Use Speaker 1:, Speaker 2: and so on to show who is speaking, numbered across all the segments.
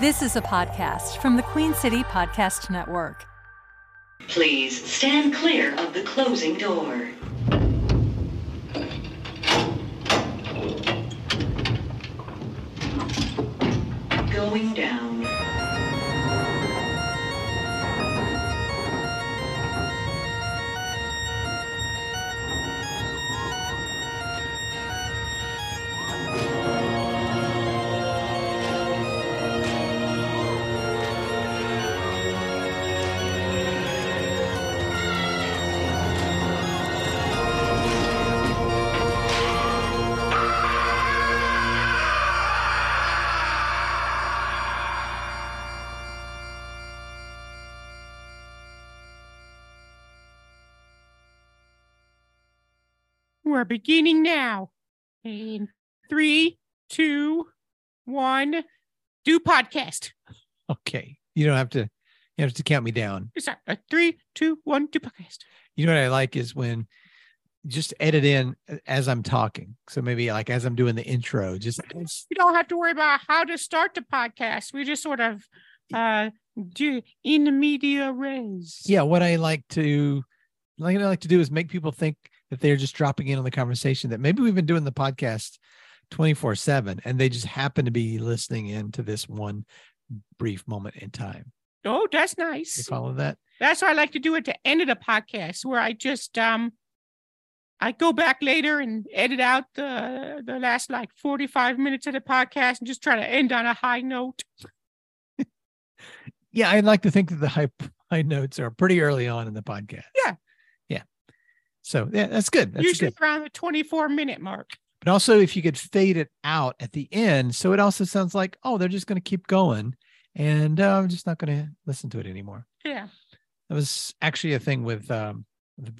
Speaker 1: This is a podcast from the Queen City Podcast Network.
Speaker 2: Please stand clear of the closing door. Going down.
Speaker 3: We're beginning now. In three, two, one, do podcast.
Speaker 4: Okay. You don't have to you have to count me down.
Speaker 3: Sorry, uh, three, two, one, do podcast.
Speaker 4: You know what I like is when just edit in as I'm talking. So maybe like as I'm doing the intro, just
Speaker 3: We don't have to worry about how to start the podcast. We just sort of uh do in the media res.
Speaker 4: yeah, what I like to like I like to do is make people think that they're just dropping in on the conversation that maybe we've been doing the podcast 24/7 and they just happen to be listening in to this one brief moment in time.
Speaker 3: Oh, that's
Speaker 4: You
Speaker 3: nice.
Speaker 4: follow that?
Speaker 3: That's why I like to do at the end of the podcast where I just um I go back later and edit out the the last like 45 minutes of the podcast and just try to end on a high note.
Speaker 4: Yeah, I'd like to think that the high high notes are pretty early on in the podcast.
Speaker 3: Yeah.
Speaker 4: Yeah. So yeah, that's good. That's
Speaker 3: usually
Speaker 4: good.
Speaker 3: around the 24 minute mark.
Speaker 4: But also if you could fade it out at the end, so it also sounds like, oh, they're just gonna keep going. And uh, I'm just not gonna listen to it anymore.
Speaker 3: Yeah.
Speaker 4: That was actually a thing with um the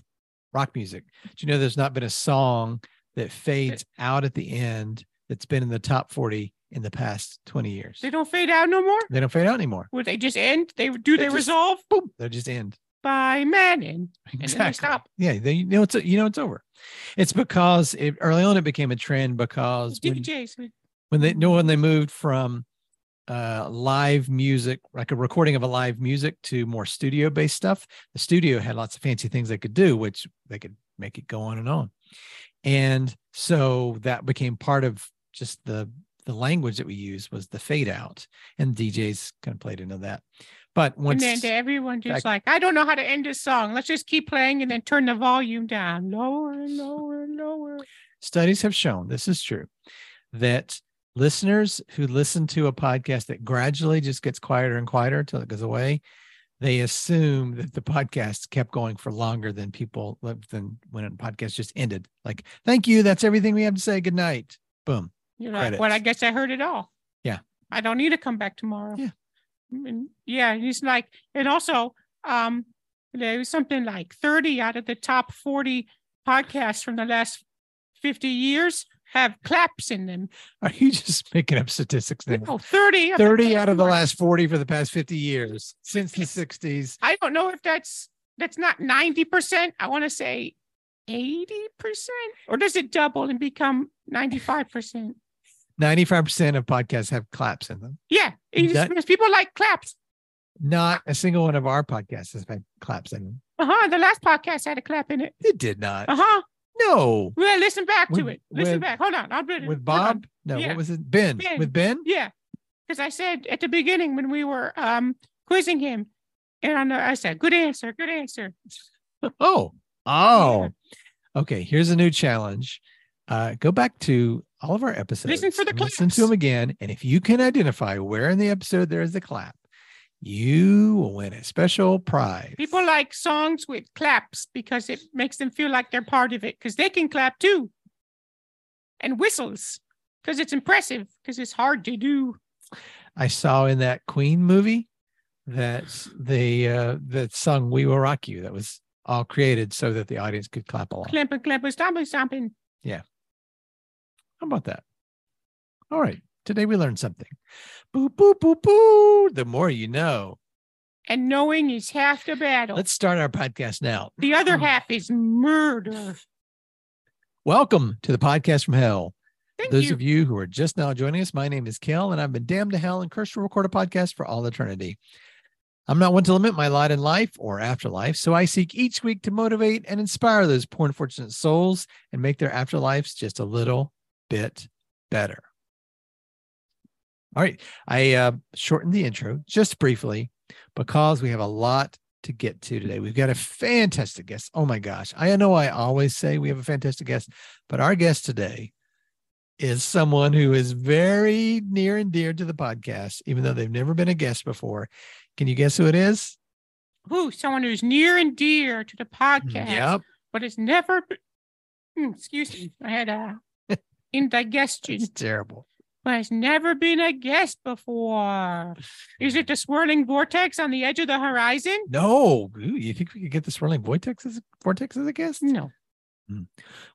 Speaker 4: rock music. Do you know there's not been a song that fades out at the end that's been in the top 40 in the past 20 years?
Speaker 3: They don't fade out no more.
Speaker 4: They don't fade out anymore.
Speaker 3: Would they just end? They do
Speaker 4: They
Speaker 3: they
Speaker 4: just-
Speaker 3: resolve
Speaker 4: Boom, they just end.
Speaker 3: by Manning. then they stop.
Speaker 4: Yeah, they you know it's you know it's over. It's because it, early on it became a trend because when,
Speaker 3: DJs. would-
Speaker 4: when they no when they moved from uh live music like a recording of a live music to more studio based stuff the studio had lots of fancy things they could do which they could make it go on and on and so that became part of just the the language that we used was the fade out and djs kind of played into that but
Speaker 3: And
Speaker 4: once
Speaker 3: then to everyone just
Speaker 4: Back-
Speaker 3: like, I don't know how to end this song. Let's just keep playing and then turn the volume down lower and lower and lower.
Speaker 4: studies have shown this is true that listeners who listen to a podcast that gradually just gets quieter and quieter until it goes away they assume that the podcast kept going for longer than people than when a podcast just ended like thank you that's everything we have to say good night boom
Speaker 3: You're like, well, I guess I heard it all.
Speaker 4: Yeah.
Speaker 3: I don't need to come back tomorrow.
Speaker 4: Yeah.
Speaker 3: I mean, yeah. And it's like, and also, um, there was something like 30 out of the top 40 podcasts from the last 50 years have claps in them.
Speaker 4: are you just making up statistics now
Speaker 3: No, 30. of the
Speaker 4: 30 out of the
Speaker 3: top
Speaker 4: last 40 for the past 50 years since the
Speaker 3: 40.
Speaker 4: 60s
Speaker 3: I don't know if that's, that's not 90%. I want to say 80%. Or does it double and become 95%?
Speaker 4: 95% of podcasts have claps in them
Speaker 3: Yeah. It's
Speaker 4: That-
Speaker 3: because people like claps.
Speaker 4: not a single one of our podcasts has had claps in them
Speaker 3: Uh huh. The last podcast had a clap in it.
Speaker 4: it did not
Speaker 3: Uh huh.
Speaker 4: No,
Speaker 3: Well, listen back to
Speaker 4: With-
Speaker 3: it. Listen
Speaker 4: with-
Speaker 3: back. Hold on. I'll be
Speaker 4: with Bob. No,
Speaker 3: Yeah.
Speaker 4: what was it? Ben.
Speaker 3: Ben.
Speaker 4: With Ben.
Speaker 3: Yeah, because I said at the beginning when we were um quizzing him, and on the, I said, "Good answer, good answer."
Speaker 4: Oh, oh. Okay. Here's a new challenge. Uh, go back to all of our episodes.
Speaker 3: for the
Speaker 4: and Listen
Speaker 3: claps.
Speaker 4: to them again, and if you can identify where in the episode there is the clap, you will win a special prize.
Speaker 3: People like songs with claps because it makes them feel like they're part of it because they can clap too, and whistles because it's impressive because it's hard to do.
Speaker 4: I saw in that Queen movie that the uh, that song "We Will Rock You" that was all created so that the audience could clap along.
Speaker 3: Clamping, clamping, stomping, stomping.
Speaker 4: How about that? All right. Today we learned something. Boo, boo, boo, boo. The more you know.
Speaker 3: And knowing is half the battle.
Speaker 4: Let's Oh. start our podcast now.
Speaker 3: the other half is murder.
Speaker 4: Welcome to the podcast from hell.
Speaker 3: Thank
Speaker 4: Those
Speaker 3: you.
Speaker 4: of you who are just now joining us, my name is Kel, and I've been damned to hell and cursed to record a podcast for all eternity. I'm not one to limit my lot in life or afterlife, so I seek each week to motivate and inspire those poor unfortunate souls and make their afterlives just a little bit better. All right, I uh, shortened the intro just briefly because we have a lot to get to today. We've got a fantastic guest. Oh my gosh, I know I always say we have a fantastic guest, but our guest today is someone who is very near and dear to the podcast, even though they've never been a guest before. Can you guess who it is?
Speaker 3: Who? Someone who's near and dear to the podcast,
Speaker 4: Yep.
Speaker 3: but it's never. b- Mm, excuse me, I had a indigestion,
Speaker 4: It's terrible.
Speaker 3: but has never been a guest before. Is it the swirling vortex on the edge of the horizon?
Speaker 4: No. Ooh, you think we could get the swirling vortex as, vortex as a guest?
Speaker 3: No.
Speaker 4: Mm.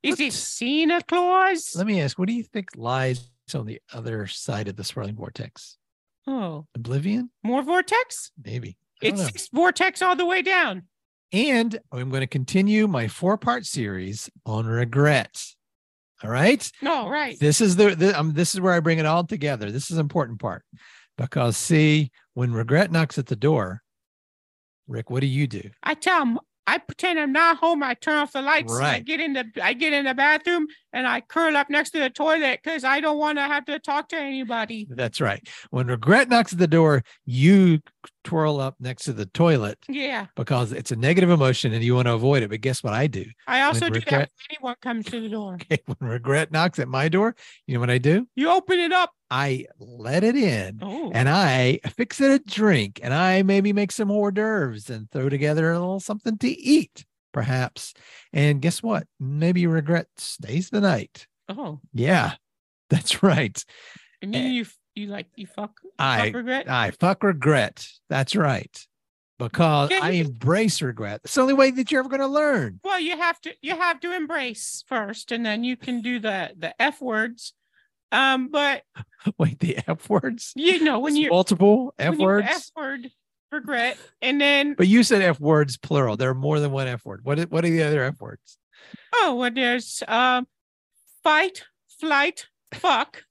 Speaker 3: Is
Speaker 4: What-
Speaker 3: it Santa Claus?
Speaker 4: Let me ask, what do you think lies on the other side of the swirling vortex?
Speaker 3: oh,
Speaker 4: Oblivion?
Speaker 3: more vortex?
Speaker 4: Maybe. I don't
Speaker 3: It's
Speaker 4: know.
Speaker 3: six vortex all the way down.
Speaker 4: And I'm going to continue my four part series on regret. All right.
Speaker 3: No, right.
Speaker 4: This is the, the um, this is where I bring it all together. This is the important part because see, when regret knocks at the door, Rick, what do you do?
Speaker 3: I tell him I pretend I'm not home. I turn off the lights. and I
Speaker 4: Right.
Speaker 3: get in the I get in the bathroom and I curl up next to the toilet because I don't want to have to talk to anybody.
Speaker 4: That's right. When regret knocks at the door, you twirl up next to the toilet
Speaker 3: Yeah.
Speaker 4: because it's a negative emotion and you want to avoid it. But guess what I do?
Speaker 3: I also do that when
Speaker 4: regret-
Speaker 3: anyone comes to the door.
Speaker 4: Okay, when regret knocks at my door, you know what I do?
Speaker 3: You open it up.
Speaker 4: I let it in
Speaker 3: Oh.
Speaker 4: and I fix it a drink and I maybe make some hors d'oeuvres and throw together a little something to eat, perhaps. And guess what? Maybe regret stays the night.
Speaker 3: oh.
Speaker 4: Yeah, that's right.
Speaker 3: And then you f- you like you fuck,
Speaker 4: Eh. I
Speaker 3: fuck regret.
Speaker 4: I fuck regret. That's right. Because
Speaker 3: Yeah,
Speaker 4: I
Speaker 3: you-
Speaker 4: embrace regret. It's the only way that you're ever going to learn.
Speaker 3: well, you have to you have to embrace first, and then you can do the the f words. Um, but
Speaker 4: Wait, the F words?
Speaker 3: you know when
Speaker 4: It's
Speaker 3: you
Speaker 4: multiple F
Speaker 3: when you
Speaker 4: words.
Speaker 3: F word regret, and then
Speaker 4: But you said F words plural. There are more than one F word. What, are- what are the other F words?
Speaker 3: Oh, well, there's um, fight, flight, fuck,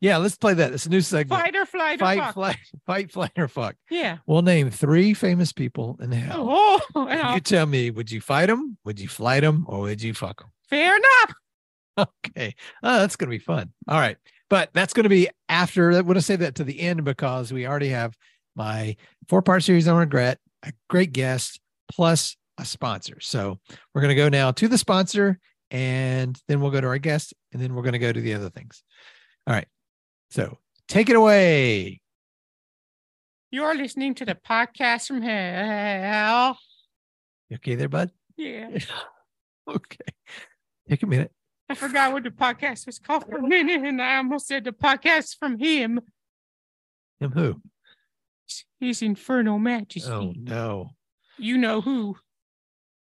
Speaker 4: Yeah, let's play that. It's a new segment.
Speaker 3: fight or flight or
Speaker 4: fight,
Speaker 3: fuck.
Speaker 4: flight, fight, flight, or fuck.
Speaker 3: Yeah.
Speaker 4: We'll name three famous people in hell.
Speaker 3: Oh,
Speaker 4: And
Speaker 3: well,
Speaker 4: You tell me, would you fight them? Would you flight them? Or would you fuck them?
Speaker 3: fair enough.
Speaker 4: Okay. Oh, that's going to be fun. All right. But that's going to be after. I want to save that to the end because we already have my four part series on regret, a great guest, plus a sponsor. So we're going to go now to the sponsor and then we'll go to our guest and then we're going to go to the other things. All right. So take it away.
Speaker 3: You're listening to the podcast from hell.
Speaker 4: You okay there, bud?
Speaker 3: Yeah.
Speaker 4: Okay. Take a minute.
Speaker 3: I forgot what the podcast was called for a minute, and I almost said the podcast from him.
Speaker 4: Him who?
Speaker 3: His infernal majesty.
Speaker 4: Oh no.
Speaker 3: You know who?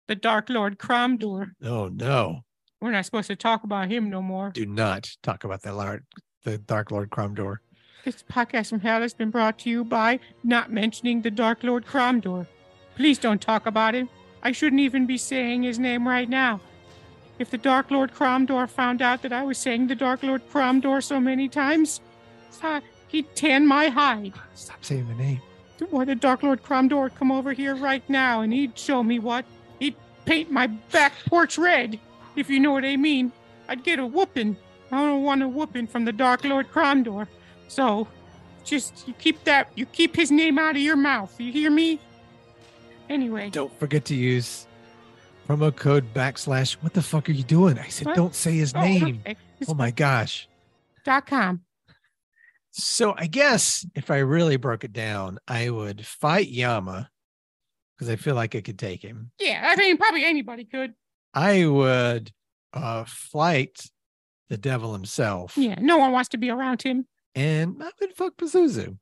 Speaker 3: The Dark Lord Cromdor.
Speaker 4: Oh no.
Speaker 3: We're not supposed to talk about him no more.
Speaker 4: Do not talk about that Lord, the Dark Lord Cromdor.
Speaker 3: This podcast from hell has been brought to you by not mentioning the Dark Lord Cromdor. Please don't talk about him. I shouldn't even be saying his name right now. If the Dark Lord Cromdor found out that I was saying the Dark Lord Cromdor so many times, uh, he'd tan my hide.
Speaker 4: Stop saying the name.
Speaker 3: Why the Dark Lord Cromdor would come over here right now and he'd show me what? He'd paint my back porch red, if you know what I mean. I'd get a whooping. I don't want a whooping from the Dark Lord Cromdor. So just you keep that you keep his name out of your mouth. You hear me? Anyway.
Speaker 4: Don't forget to use promo code backslash. What the fuck are you doing? I said,
Speaker 3: What?
Speaker 4: don't say his
Speaker 3: Oh,
Speaker 4: name.
Speaker 3: okay.
Speaker 4: Oh my gosh.
Speaker 3: Dot com.
Speaker 4: So I guess if I really broke it down, I would fight Yama because I feel like I could take him.
Speaker 3: Yeah, I mean probably anybody could.
Speaker 4: I would uh flight the devil himself.
Speaker 3: Yeah, no one wants to be around him.
Speaker 4: And I would fuck Pazuzu.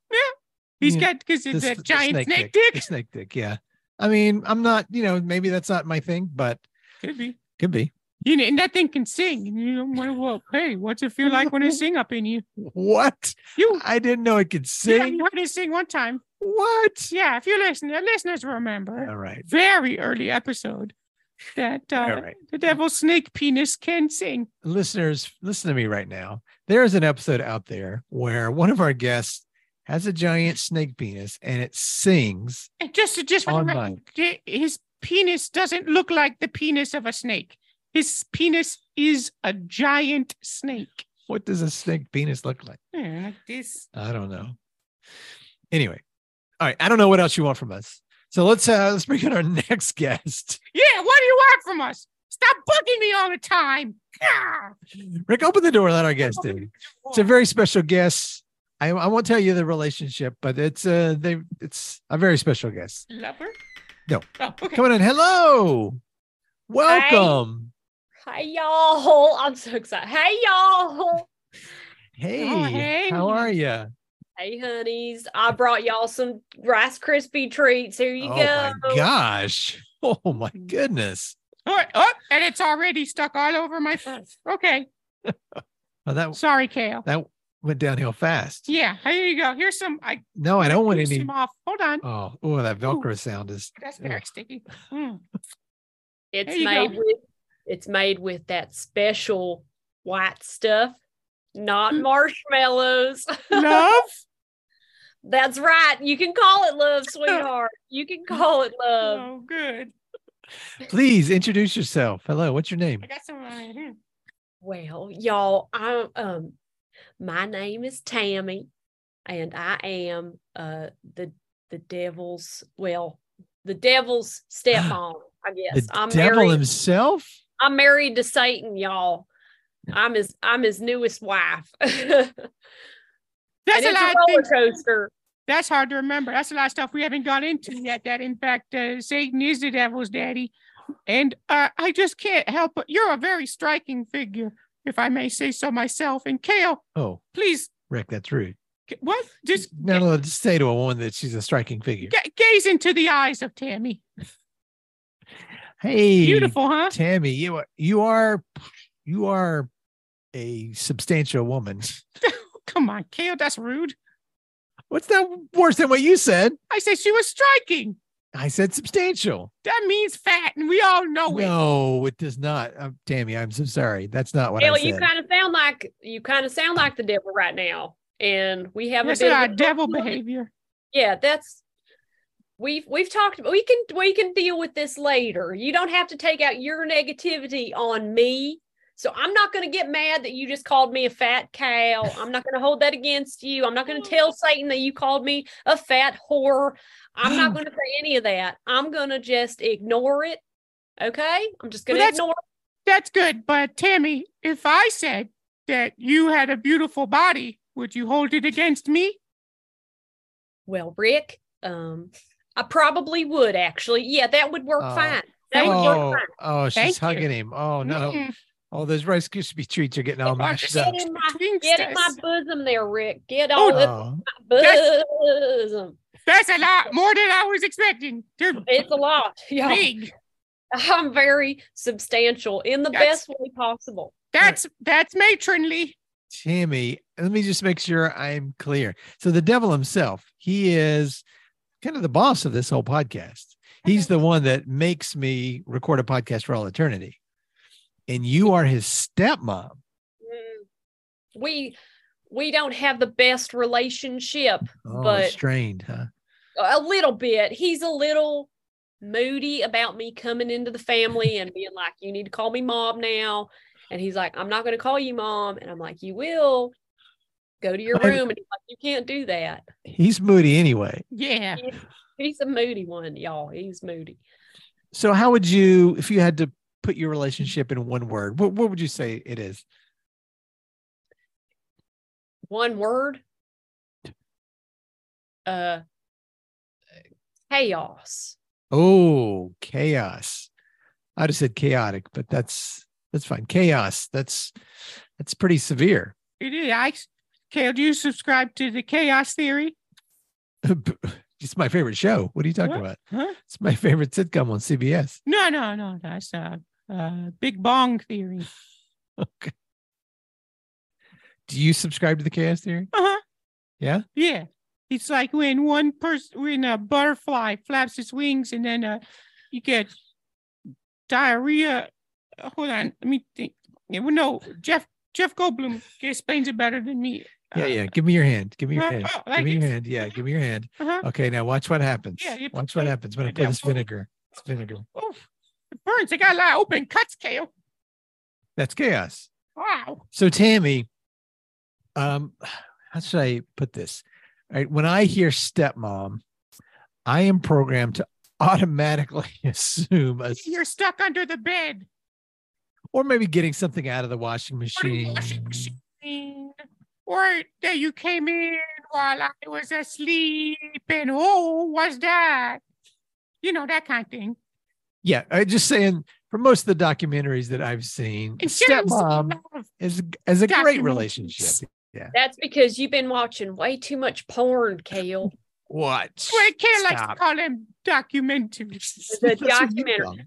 Speaker 3: He's
Speaker 4: Yeah,
Speaker 3: got because it's
Speaker 4: This-
Speaker 3: a
Speaker 4: the
Speaker 3: giant snake,
Speaker 4: dick.
Speaker 3: dick.
Speaker 4: The snake dick, yeah. I mean, I'm not, you know, maybe that's not my thing, but
Speaker 3: Could be.
Speaker 4: could be.
Speaker 3: You know, and that thing can sing. And you don't want to well, hey, what's it feel like when it sing up in you?
Speaker 4: What?
Speaker 3: You
Speaker 4: I didn't know it could
Speaker 3: yeah,
Speaker 4: sing.
Speaker 3: you heard it sing one time.
Speaker 4: What?
Speaker 3: Yeah, if you listen, the listeners uh, remember.
Speaker 4: All right.
Speaker 3: Very early episode. that uh,
Speaker 4: All right.
Speaker 3: the devil snake penis can sing.
Speaker 4: Listeners, listen to me right now. There is an episode out there where one of our guests has a giant snake penis and it sings.
Speaker 3: And just just for
Speaker 4: On
Speaker 3: the record, j- his penis doesn't look like the penis of a snake. His penis is a giant snake.
Speaker 4: What does a snake penis look like?
Speaker 3: Yeah, like this.
Speaker 4: I don't know. Anyway, all right. I don't know what else you want from us. So let's uh, let's bring in our next guest.
Speaker 3: Yeah, what do you want from us? Stop bugging me all the time. Ah.
Speaker 4: Rick, open the door. Let our guest in. It's a very special guest. I, I won't tell you the relationship, but it's uh they it's a very special guest.
Speaker 3: Lover?
Speaker 4: No.
Speaker 3: Oh, okay.
Speaker 4: Come on in. Hello. Welcome.
Speaker 5: Hi y'all. I'm so excited. Hey y'all.
Speaker 4: Hey.
Speaker 3: Oh, hey.
Speaker 4: How are you?
Speaker 5: Hey honeys. I brought y'all some Rice Krispie treats. Here you
Speaker 4: oh
Speaker 5: go.
Speaker 4: my gosh. Oh my goodness.
Speaker 3: Oh, oh, and it's already stuck all over my face. Okay.
Speaker 4: Well, Oh, that
Speaker 3: Sorry, Kale.
Speaker 4: that went downhill fast.
Speaker 3: Yeah, here you go. Here's some. I
Speaker 4: No, I don't want
Speaker 3: juice
Speaker 4: any.
Speaker 3: him off. Hold on.
Speaker 4: Oh, oh, that Velcro sound is
Speaker 3: That's
Speaker 4: Ugh.
Speaker 3: very sticky. Mm.
Speaker 5: It's
Speaker 3: you go.
Speaker 5: made with it's made with that special white stuff, not
Speaker 3: Mm.
Speaker 5: marshmallows.
Speaker 3: Love?
Speaker 5: That's right. You can call it love, sweetheart. You can call it love.
Speaker 3: oh, good.
Speaker 4: Please introduce yourself. Hello, what's your name?
Speaker 3: I got some right here.
Speaker 5: Well, y'all, I um my name is Tammy and I am uh the the devil's well, the devil's stepmom, I guess.
Speaker 4: the
Speaker 5: I'm
Speaker 4: devil
Speaker 5: married
Speaker 4: himself?
Speaker 5: I'm married to Satan, y'all. I'm his I'm his newest wife. and
Speaker 3: That's a lot
Speaker 5: it's a
Speaker 3: of
Speaker 5: roller
Speaker 3: things.
Speaker 5: coaster.
Speaker 3: That's hard to remember. That's a lot of stuff we haven't got into yet. That, in fact, uh, Satan is the devil's daddy. And uh, I just can't help but you're a very striking figure, if I may say so myself. And Kale,
Speaker 4: Oh,
Speaker 3: please,
Speaker 4: Rick, that's rude.
Speaker 3: g- what? Just
Speaker 4: You're not allowed to say to a woman that she's a striking figure.
Speaker 3: ga- gaze into the eyes of Tammy.
Speaker 4: Hey,
Speaker 3: Beautiful, huh?
Speaker 4: Tammy, you are you are you are a substantial woman.
Speaker 3: Come on, Kale, that's rude.
Speaker 4: What's that worse than what you said?
Speaker 3: I said she was striking.
Speaker 4: I said substantial.
Speaker 3: That means fat, and we all know it.
Speaker 4: no, it does not. Um, Tammy, I'm so sorry. That's not what
Speaker 5: Hell,
Speaker 4: I
Speaker 5: you
Speaker 4: said.
Speaker 5: kind of sound like you kind of sound like the devil right now. And we have
Speaker 3: That's
Speaker 5: a bit of
Speaker 3: our
Speaker 5: a-
Speaker 3: devil behavior.
Speaker 5: Yeah, that's we've we've talked we can we can deal with this later. You don't have to take out your negativity on me. So I'm not going to get mad that you just called me a fat cow. I'm not going to hold that against you. I'm not going to tell Satan that you called me a fat whore. I'm not going to say any of that. I'm going to just ignore it. Okay? I'm just
Speaker 3: Well,
Speaker 5: going
Speaker 3: that's-
Speaker 5: to ignore
Speaker 3: That's good. But Tammy, if I said that you had a beautiful body, would you hold it against me?
Speaker 5: Well, Rick, um I probably would actually. Yeah, that would work
Speaker 4: Oh,
Speaker 5: fine. That would
Speaker 4: Oh,
Speaker 5: work fine.
Speaker 4: oh, she's
Speaker 3: Thank you.
Speaker 4: hugging him. Oh no.
Speaker 3: Mm-mm.
Speaker 4: Oh, those Rice Krispie treats are getting all
Speaker 3: Well, I
Speaker 4: mashed
Speaker 3: said
Speaker 4: up.
Speaker 5: Get in my
Speaker 3: Twinks,
Speaker 5: Get in my
Speaker 3: that's-
Speaker 5: bosom there, Rick. Get
Speaker 3: Oh,
Speaker 5: all in
Speaker 4: Oh.
Speaker 5: my
Speaker 3: that's-
Speaker 5: bosom.
Speaker 3: That's a lot more than I was expecting. They're
Speaker 5: It's a lot. Yeah.
Speaker 3: big.
Speaker 5: I'm very substantial in the
Speaker 3: That's-
Speaker 5: best way possible.
Speaker 3: That's that's matronly.
Speaker 4: Tammy, let me just make sure I'm clear. So the devil himself, he is kind of the boss of this whole podcast. He's the one that makes me record a podcast for all eternity. And you are his stepmom.
Speaker 5: Mm. We we don't have the best relationship.
Speaker 4: Oh,
Speaker 5: But-
Speaker 4: strained, huh?
Speaker 5: A little bit. He's a little moody about me coming into the family and being like, you need to call me mom now. And he's like, I'm not going to call you mom. And I'm like, you will. Go to your
Speaker 4: Why-
Speaker 5: room. And he's like, you can't do that.
Speaker 4: He's moody anyway.
Speaker 3: Yeah.
Speaker 5: He's a moody one, y'all. He's moody.
Speaker 4: So how would you, if you had to put your relationship in one word, what, what would you say it is?
Speaker 5: one word uh chaos
Speaker 4: Oh, chaos. I'd have said chaotic, but that's that's fine. Chaos. That's that's pretty severe.
Speaker 3: It is. I, Kale, do you subscribe to the chaos theory?
Speaker 4: it's my favorite show. What are you talking
Speaker 3: What?
Speaker 4: about?
Speaker 3: Huh?
Speaker 4: It's my favorite sitcom on CBS.
Speaker 3: No, no, no. That's uh, uh, big bong theory.
Speaker 4: Okay. Do you subscribe to the chaos theory?
Speaker 3: Uh-huh.
Speaker 4: Yeah?
Speaker 3: Yeah. It's like when one person when a butterfly flaps its wings and then uh you get diarrhea. uh, Hold on, let me think. Yeah, well, no, Jeff Jeff Goldblum explains it better than me.
Speaker 4: Yeah,
Speaker 3: Uh,
Speaker 4: yeah. Give me your hand. Give me your hand.
Speaker 3: uh,
Speaker 4: Give
Speaker 3: like
Speaker 4: me your
Speaker 3: it's-
Speaker 4: hand. Yeah, give me your hand.
Speaker 3: uh-huh.
Speaker 4: Okay, now watch what happens.
Speaker 3: Yeah, you-
Speaker 4: Watch what happens when I
Speaker 3: yeah,
Speaker 4: put this
Speaker 3: well-
Speaker 4: vinegar. It's vinegar.
Speaker 3: Oh, it burns. They got a lot of open cuts, Kale.
Speaker 4: That's chaos.
Speaker 3: Wow.
Speaker 4: So Tammy, um, how should I put this? All right, when I hear stepmom, I am programmed to automatically assume a,
Speaker 3: You're stuck under the bed.
Speaker 4: or maybe getting something out of the washing
Speaker 3: Or the
Speaker 4: machine.
Speaker 3: washing machine. Or that you came in while I was asleep and oh, what's that? You know, that kind of thing.
Speaker 4: Yeah, I just saying for most of the documentaries that I've seen,
Speaker 3: And Sharon's
Speaker 4: stepmom
Speaker 3: love.
Speaker 4: is is a great
Speaker 3: documentaries.
Speaker 4: relationship.
Speaker 5: That's because you've been watching way too much porn, Kale.
Speaker 4: What?
Speaker 3: Well, Kale likes to
Speaker 4: Stop.
Speaker 3: call them documentaries.
Speaker 5: The
Speaker 4: That's what you
Speaker 5: documentary.
Speaker 4: thought.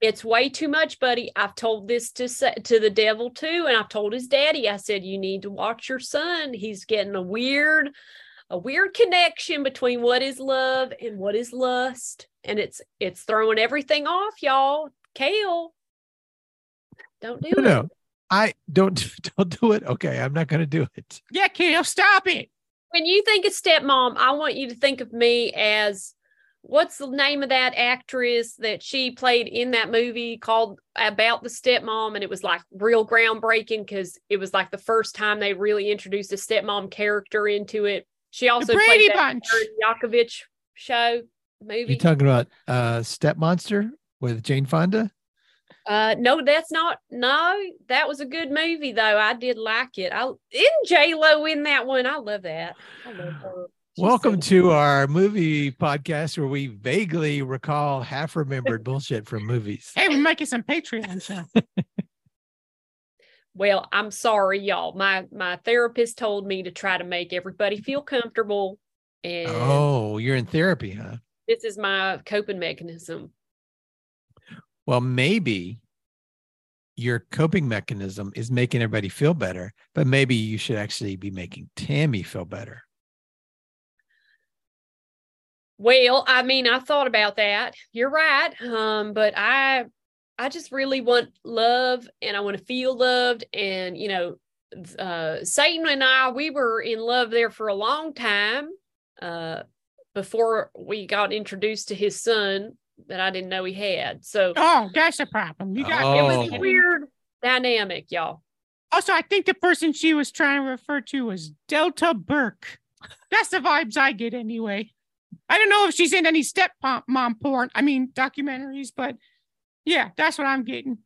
Speaker 5: It's way too much, buddy. I've told this to sa- to the devil too, and I've told his daddy. I said you need to watch your son. He's getting a weird, a weird connection between what is love and what is lust, and it's it's throwing everything off, y'all. Kale, don't do
Speaker 4: No,
Speaker 5: it.
Speaker 4: no, I don't don't do it. Okay, I'm not going to do it.
Speaker 3: Yeah, Kale, stop it.
Speaker 5: When you think of stepmom, I want you to think of me as what's the name of that actress that she played in that movie called About the Stepmom? And it was like real groundbreaking because it was like the first time they really introduced a stepmom character into it. She also
Speaker 3: Brady
Speaker 5: played that
Speaker 3: Bunch.
Speaker 5: Aaron Yakovich show movie.
Speaker 4: You talking about uh Step Monster with Jane Fonda?
Speaker 5: uh, no, that's not. No, that was a good movie though. I did like it. I in J Lo in that one. I love that. I love her. She's
Speaker 4: Welcome
Speaker 5: so-
Speaker 4: to our movie podcast where we vaguely recall half remembered bullshit from movies.
Speaker 3: Hey, we're making some Patreon stuff.
Speaker 5: Well, I'm sorry, y'all. My my therapist told me to try to make everybody feel comfortable, and
Speaker 4: Oh, you're in therapy, huh?
Speaker 5: this is my coping mechanism.
Speaker 4: Well, maybe your coping mechanism is making everybody feel better, but maybe you should actually be making Tammy feel better.
Speaker 5: Well, I mean, I thought about that. You're right, um, but I I just really want love, and I want to feel loved, and you know, th- uh, Satan and I we were in love there for a long time uh, before we got introduced to his son that I didn't know he had. So.
Speaker 3: Oh, that's a problem. You got
Speaker 5: It
Speaker 4: Oh.
Speaker 5: was a weird dynamic, y'all.
Speaker 3: Also, I think the person she was trying to refer to was Delta Burke. That's the vibes I get anyway. I don't know if she's in any step pom- mom porn, I mean, documentaries, but yeah, that's what I'm getting.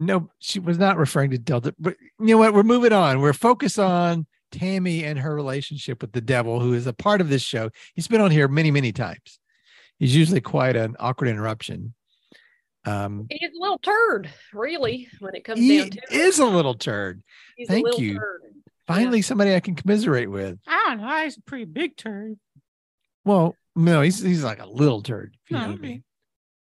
Speaker 4: No, she was not referring to Delta. But you know what? We're moving on. We're focused on Tammy and her relationship with the devil, who is a part of this show. He's been on here many, many times. He's usually quite an awkward interruption. Um,
Speaker 5: He's a little turd, really, when it comes
Speaker 4: he
Speaker 5: down to it.
Speaker 4: is a little turd.
Speaker 5: He's
Speaker 4: thank
Speaker 5: a little
Speaker 4: you.
Speaker 5: turd.
Speaker 4: Finally, somebody I can commiserate with.
Speaker 3: I don't know. He's a pretty big turd.
Speaker 4: Well, no, he's he's like a little turd. if You know
Speaker 3: No,
Speaker 4: what I mean?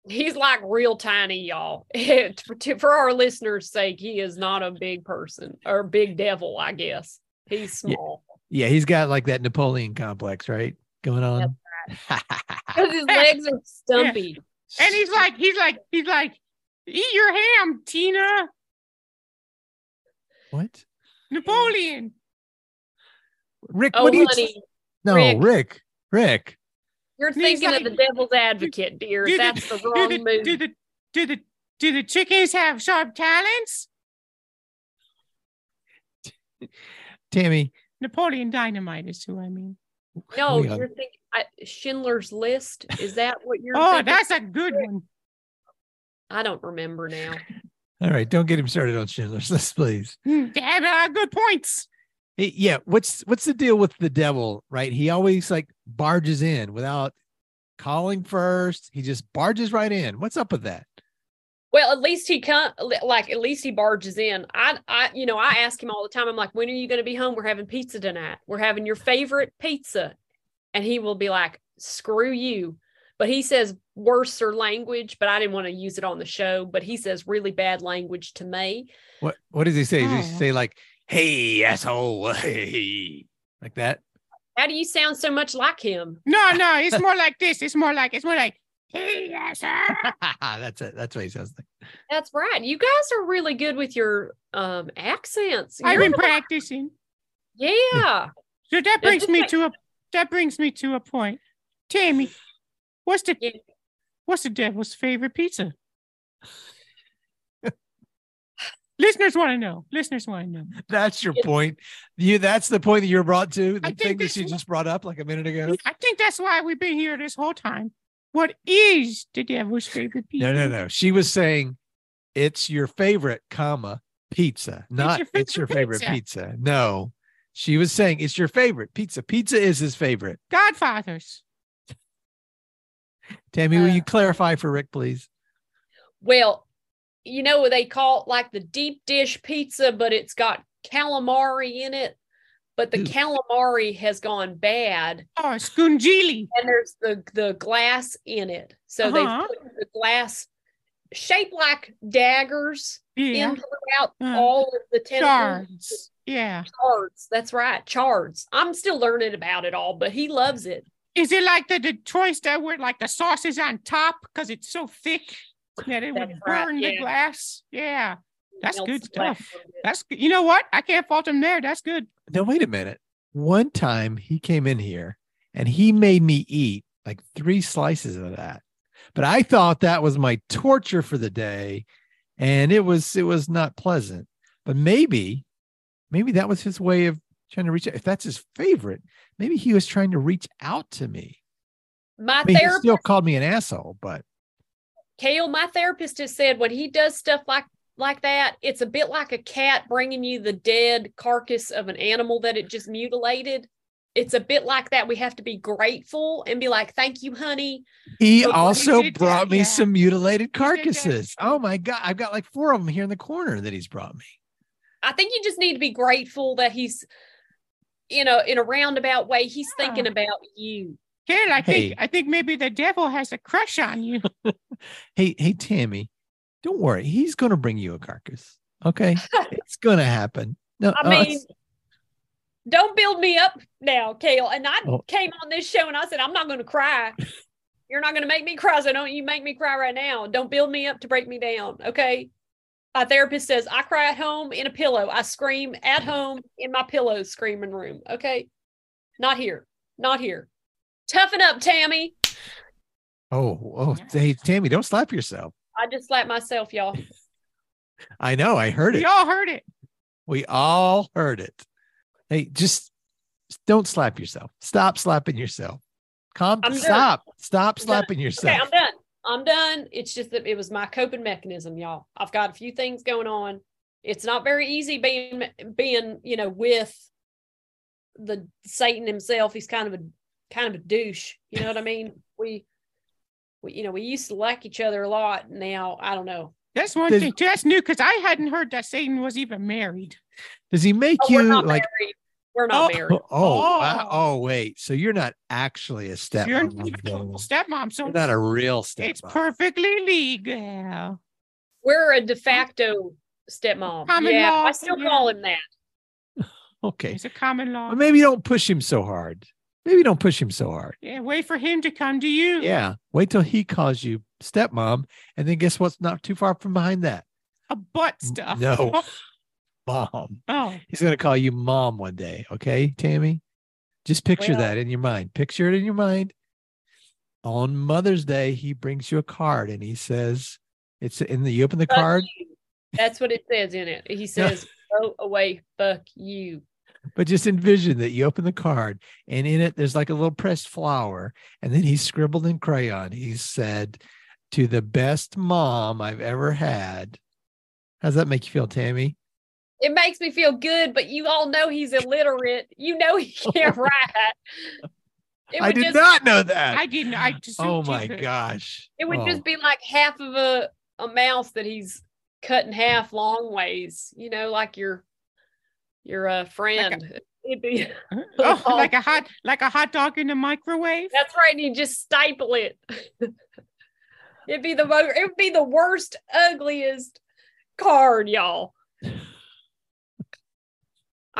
Speaker 5: He's like real tiny, y'all. for, to- for our listeners' sake, he is not a big person or big devil, I guess. He's
Speaker 4: Yeah.
Speaker 5: small.
Speaker 4: Yeah, he's got like that Napoleon complex, right? Going on.
Speaker 5: Because his legs are stumpy.
Speaker 3: And he's like, he's like, he's like, eat your ham, Tina.
Speaker 4: what?
Speaker 3: Napoleon.
Speaker 4: Rick,
Speaker 5: Oh,
Speaker 4: what do you?
Speaker 5: honey,
Speaker 4: no,
Speaker 5: Rick.
Speaker 4: Rick. Rick.
Speaker 5: you're
Speaker 3: And he's
Speaker 5: thinking
Speaker 3: like-
Speaker 5: of the devil's advocate, dear.
Speaker 3: Do the-
Speaker 5: That's the
Speaker 3: Do
Speaker 5: wrong
Speaker 3: the,
Speaker 5: move.
Speaker 3: do the, do the, do the chickens have sharp talons?
Speaker 4: Tammy,
Speaker 3: Napoleon Dynamite is who I mean.
Speaker 5: no,
Speaker 4: hang on.
Speaker 5: you're thinking I, Schindler's List. Is that what you're?
Speaker 3: Oh,
Speaker 5: thinking?
Speaker 3: that's a good one.
Speaker 5: I don't remember now.
Speaker 4: All right, don't get him started on Schindler's List, please.
Speaker 3: Hmm, They have uh, good points.
Speaker 4: Eh, Yeah, what's what's the deal with the devil? Right, he always like barges in without calling first. He just barges right in. What's up with that?
Speaker 5: Well, at least he come like at least he barges in. I I you know, I ask him all the time. I'm like, "When are you going to be home? We're having pizza tonight. We're having your favorite pizza." And he will be like, "Screw you." But he says worser language, but I didn't want to use it on the show, but he says really bad language to me.
Speaker 4: What what does he say? Does he
Speaker 3: Oh.
Speaker 4: say like, "Hey asshole," hey, like that?
Speaker 5: How do you sound so much like him?
Speaker 3: No, no, it's more like this. It's more like it's more like Yes, sir.
Speaker 4: that's it. That's what he sounds like.
Speaker 5: That's right. You guys are really good with your um accents.
Speaker 3: I've
Speaker 5: You're
Speaker 3: been
Speaker 5: the-
Speaker 3: practicing.
Speaker 5: yeah.
Speaker 3: So that
Speaker 5: Yeah,
Speaker 3: brings
Speaker 5: just
Speaker 3: me
Speaker 5: like-
Speaker 3: to a that brings me to a point. Tammy, what's the
Speaker 5: Yeah.
Speaker 3: what's the devil's favorite pizza? Listeners want to know. Listeners want to know.
Speaker 4: That's your
Speaker 5: It's-
Speaker 4: point. You that's the point that you were brought to. The
Speaker 3: think
Speaker 4: thing that
Speaker 3: that's
Speaker 4: you
Speaker 3: wh-
Speaker 4: just brought up like a minute ago.
Speaker 3: I think that's why we've been here this whole time. What is the devil's favorite pizza?
Speaker 4: No, no, no. She was saying it's your favorite, comma, pizza. Not
Speaker 3: your
Speaker 4: it's your favorite
Speaker 3: favorite
Speaker 4: pizza. No. She was saying it's your favorite pizza. Pizza is his favorite.
Speaker 3: Godfathers.
Speaker 4: Tammy, will
Speaker 5: Uh,
Speaker 4: you clarify for Rick, please?
Speaker 5: Well, you know what they call it like the deep dish pizza, but it's got calamari in it. But the
Speaker 4: Ooh.
Speaker 5: calamari has gone bad,
Speaker 3: Oh, scungili.
Speaker 5: and there's the the glass in it. So
Speaker 3: Uh-huh.
Speaker 5: they've put the glass shaped like daggers
Speaker 3: Yeah.
Speaker 5: in throughout
Speaker 3: Uh-huh.
Speaker 5: all of the tentacles.
Speaker 3: Shards. Yeah.
Speaker 5: Chards. That's right. Chards. I'm still learning about it all, but he loves it.
Speaker 3: Is it like the Detroit's that where like the sauce is on top because it's so thick that it would
Speaker 5: That's right,
Speaker 3: burn the
Speaker 5: yeah.
Speaker 3: glass? Yeah. That's
Speaker 5: Melts
Speaker 3: good
Speaker 5: the glass
Speaker 3: stuff.
Speaker 5: a little bit.
Speaker 3: That's good. You know what? I can't fault him there. That's good.
Speaker 4: No, wait a minute. One time he came in here and he made me eat like three slices of that. But I thought that was my torture for the day. And it was it was not pleasant. But maybe, maybe that was his way of trying to reach out. If that's his favorite, maybe he was trying to reach out to me.
Speaker 5: My
Speaker 4: I mean, he
Speaker 5: therapist,
Speaker 4: still called me an asshole, but
Speaker 5: Kale, my therapist has said when he does stuff like like that, it's a bit like a cat bringing you the dead carcass of an animal that it just mutilated. It's a bit like that. We have to be grateful and be like, "Thank you, honey."
Speaker 4: he
Speaker 3: Oh, he
Speaker 4: also
Speaker 3: did that,
Speaker 4: brought me
Speaker 3: yeah.
Speaker 4: some mutilated
Speaker 3: that,
Speaker 4: carcasses.
Speaker 3: too.
Speaker 4: Oh my god, I've got like four of them here in the corner that he's brought me.
Speaker 5: I think you just need to be grateful that he's, you know, in a roundabout way, he's
Speaker 3: Yeah.
Speaker 5: thinking about you.
Speaker 3: Kid, I
Speaker 4: Hey.
Speaker 3: think I think maybe the devil has a crush on you.
Speaker 4: Hey, hey, Tammy, don't worry. He's going to bring you a carcass. Okay. it's going to happen. No,
Speaker 5: I
Speaker 4: oh,
Speaker 5: mean,
Speaker 4: it's-
Speaker 5: Don't build me up now, Kale. And I
Speaker 4: Oh.
Speaker 5: came on this show and I said, I'm not going to cry. You're not going to make me cry. So don't you make me cry right now. Don't build me up to break me down. Okay. My therapist says, I cry at home in a pillow. I scream at home in my pillow screaming room. Okay. Not here. Not here. Toughen up, Tammy.
Speaker 4: oh, oh, hey, Tammy, don't slap yourself.
Speaker 5: I just slapped myself, y'all.
Speaker 4: I know. I heard it.
Speaker 3: We all heard it.
Speaker 4: We all heard it. Hey, just don't slap yourself. Stop slapping yourself. Calm.
Speaker 5: I'm good.
Speaker 4: stop. Stop
Speaker 5: I'm good.
Speaker 4: slapping
Speaker 5: Okay,
Speaker 4: yourself.
Speaker 5: I'm done. I'm done. It's just that it was my coping mechanism, y'all. I've got a few things going on. It's not very easy being being, you know, with the Satan himself. He's kind of a kind of a douche. You know what I mean? We we you know, we used to like each other a lot. Now I don't know.
Speaker 3: That's one
Speaker 4: Does-
Speaker 3: thing. too. That's new because I hadn't heard that Satan was even married.
Speaker 4: Does he make
Speaker 5: Oh,
Speaker 4: you
Speaker 5: we're not
Speaker 4: like?
Speaker 5: married. We're not
Speaker 3: Oh,
Speaker 4: Oh,
Speaker 5: married.
Speaker 4: oh, wow.
Speaker 3: Oh.
Speaker 4: oh, wait. So you're not actually a
Speaker 3: You're
Speaker 4: stepmom.
Speaker 3: stepmom, so
Speaker 4: You're not a real
Speaker 3: it's
Speaker 4: stepmom.
Speaker 3: perfectly legal.
Speaker 5: We're a de facto stepmom.
Speaker 3: Common
Speaker 5: yeah,
Speaker 3: law,
Speaker 5: I still
Speaker 3: yeah.
Speaker 5: call him that.
Speaker 4: okay.
Speaker 3: It's a common law.
Speaker 4: Well, maybe don't push him so hard. Maybe don't push him so hard.
Speaker 3: Yeah, wait for him to come to you.
Speaker 4: Yeah. Wait till he calls you stepmom. And then guess what's not too far from behind that?
Speaker 3: A butt
Speaker 4: N-
Speaker 3: stuff.
Speaker 4: no. Mom.
Speaker 3: Oh,
Speaker 4: He's going to call you mom one day. Okay, Tammy? Just picture
Speaker 5: Well-
Speaker 4: that in your mind. Picture it in your mind. On Mother's Day, he brings you a card and he says, it's in the, you open the
Speaker 5: Fuck
Speaker 4: card,
Speaker 5: you. That's what it says in it. He says, "Go away, fuck you."
Speaker 4: but just envision that you open the card and in it there's like a little pressed flower. And then he scribbled in crayon, he said, To the best mom I've ever had. How's that make you feel, Tammy?
Speaker 5: It makes me feel good, but you all know he's illiterate. You know he can't write. It
Speaker 4: I
Speaker 5: would
Speaker 4: did
Speaker 5: just
Speaker 4: not know that.
Speaker 3: I didn't. I just
Speaker 4: oh
Speaker 3: assumed
Speaker 4: my
Speaker 3: you could-
Speaker 4: gosh.
Speaker 5: it would
Speaker 4: Oh,
Speaker 5: just be like half of a, a mouse that he's cut in half long ways, you know, like your your uh friend. It'd be
Speaker 3: Oh, like a hot, like a hot dog in the microwave.
Speaker 5: that's right, and you just staple it. It'd be the mo- it would be the worst, ugliest card, y'all. I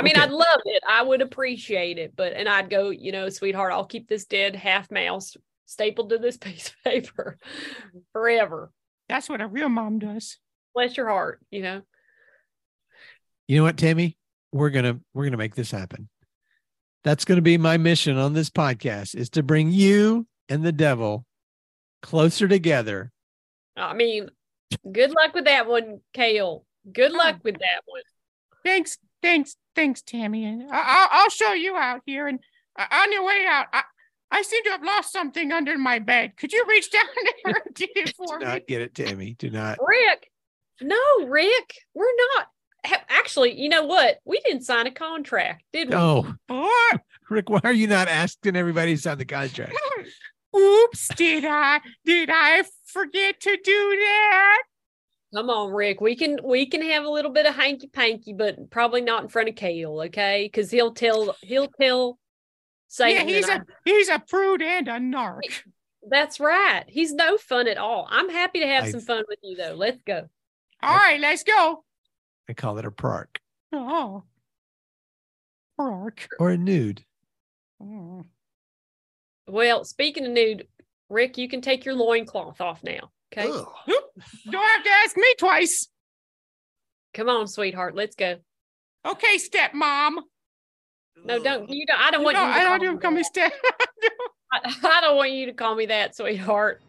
Speaker 5: mean,
Speaker 4: Okay.
Speaker 5: I'd love it. I would appreciate it, but and I'd go, you know, sweetheart, I'll keep this dead half mouse stapled to this piece of paper forever.
Speaker 3: That's what a real mom does.
Speaker 5: Bless your heart, you know.
Speaker 4: You know what, Tammy? We're gonna we're gonna make this happen. That's gonna be my mission on this podcast is to bring you and the devil closer together.
Speaker 5: I mean, good luck with that one, Kale. Good luck with that one.
Speaker 3: Thanks, thanks, thanks, Tammy. And I- I'll, I'll show you out here. And uh, on your way out, I, I seem to have lost something under my bed. Could you reach down there and get it for
Speaker 4: Do
Speaker 3: me?
Speaker 4: not get it, Tammy. Do not.
Speaker 5: Rick, no, Rick, we're not. ha- Actually, you know what? We didn't sign a contract, did we?
Speaker 4: Oh,
Speaker 3: Or
Speaker 4: Rick, why are you not asking everybody to sign the contract?
Speaker 3: Oops, did I did I forget to do that?
Speaker 5: Come on, Rick. We can we can have a little bit of hanky panky, but probably not in front of Kale, okay? Because he'll tell he'll tell
Speaker 3: yeah,
Speaker 5: Satan.
Speaker 3: he's
Speaker 5: that
Speaker 3: a he's a prude and a narc.
Speaker 5: I- that's right. He's no fun at all. I'm happy to have
Speaker 4: I-
Speaker 5: some fun with you though. Let's go.
Speaker 3: All right, let's go.
Speaker 4: I call it a park
Speaker 3: Oh. Narc.
Speaker 4: or a nude.
Speaker 5: Mm.
Speaker 3: Oh.
Speaker 5: Well, speaking of nude, Rick, you can take your loincloth off now. Okay.
Speaker 4: Ugh.
Speaker 3: Don't have to ask me twice.
Speaker 5: Come on, sweetheart. Let's go.
Speaker 3: Okay, stepmom.
Speaker 5: No, don't you don't I don't
Speaker 3: No,
Speaker 5: want you to
Speaker 3: I don't
Speaker 5: call
Speaker 3: do call me
Speaker 5: me
Speaker 3: step.
Speaker 5: that. I, I don't want you to call me that, sweetheart.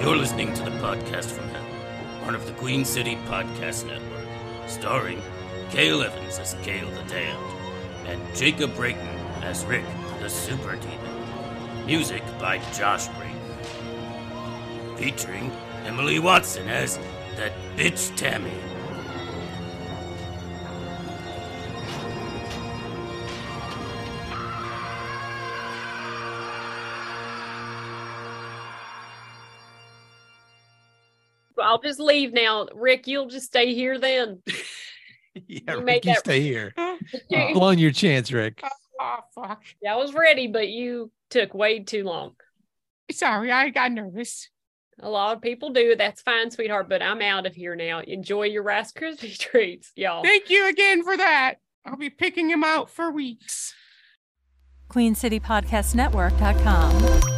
Speaker 6: You're listening to the podcast from Hell, part of the Queen City Podcast Network, starring Cale Evans as Cale the Damned and Jacob Brayton as Rick the Super Demon. Music by Josh Brayton, featuring Emily Watson as that bitch Tammy.
Speaker 5: Well, I'll just leave now. Rick, you'll just stay here then.
Speaker 4: Yeah,
Speaker 5: You made
Speaker 4: Rick, you
Speaker 5: that-
Speaker 4: stay here.
Speaker 5: Yeah.
Speaker 4: You've blown your chance, Rick.
Speaker 3: Oh fuck.
Speaker 5: I was ready, but you took way too long.
Speaker 3: Sorry, I got nervous.
Speaker 5: A lot of people do. That's fine, sweetheart, but I'm out of here now. Enjoy your Rice Krispie treats, y'all.
Speaker 3: Thank you again for that. I'll be picking him out for weeks.
Speaker 1: QueenCityPodcastNetwork.com.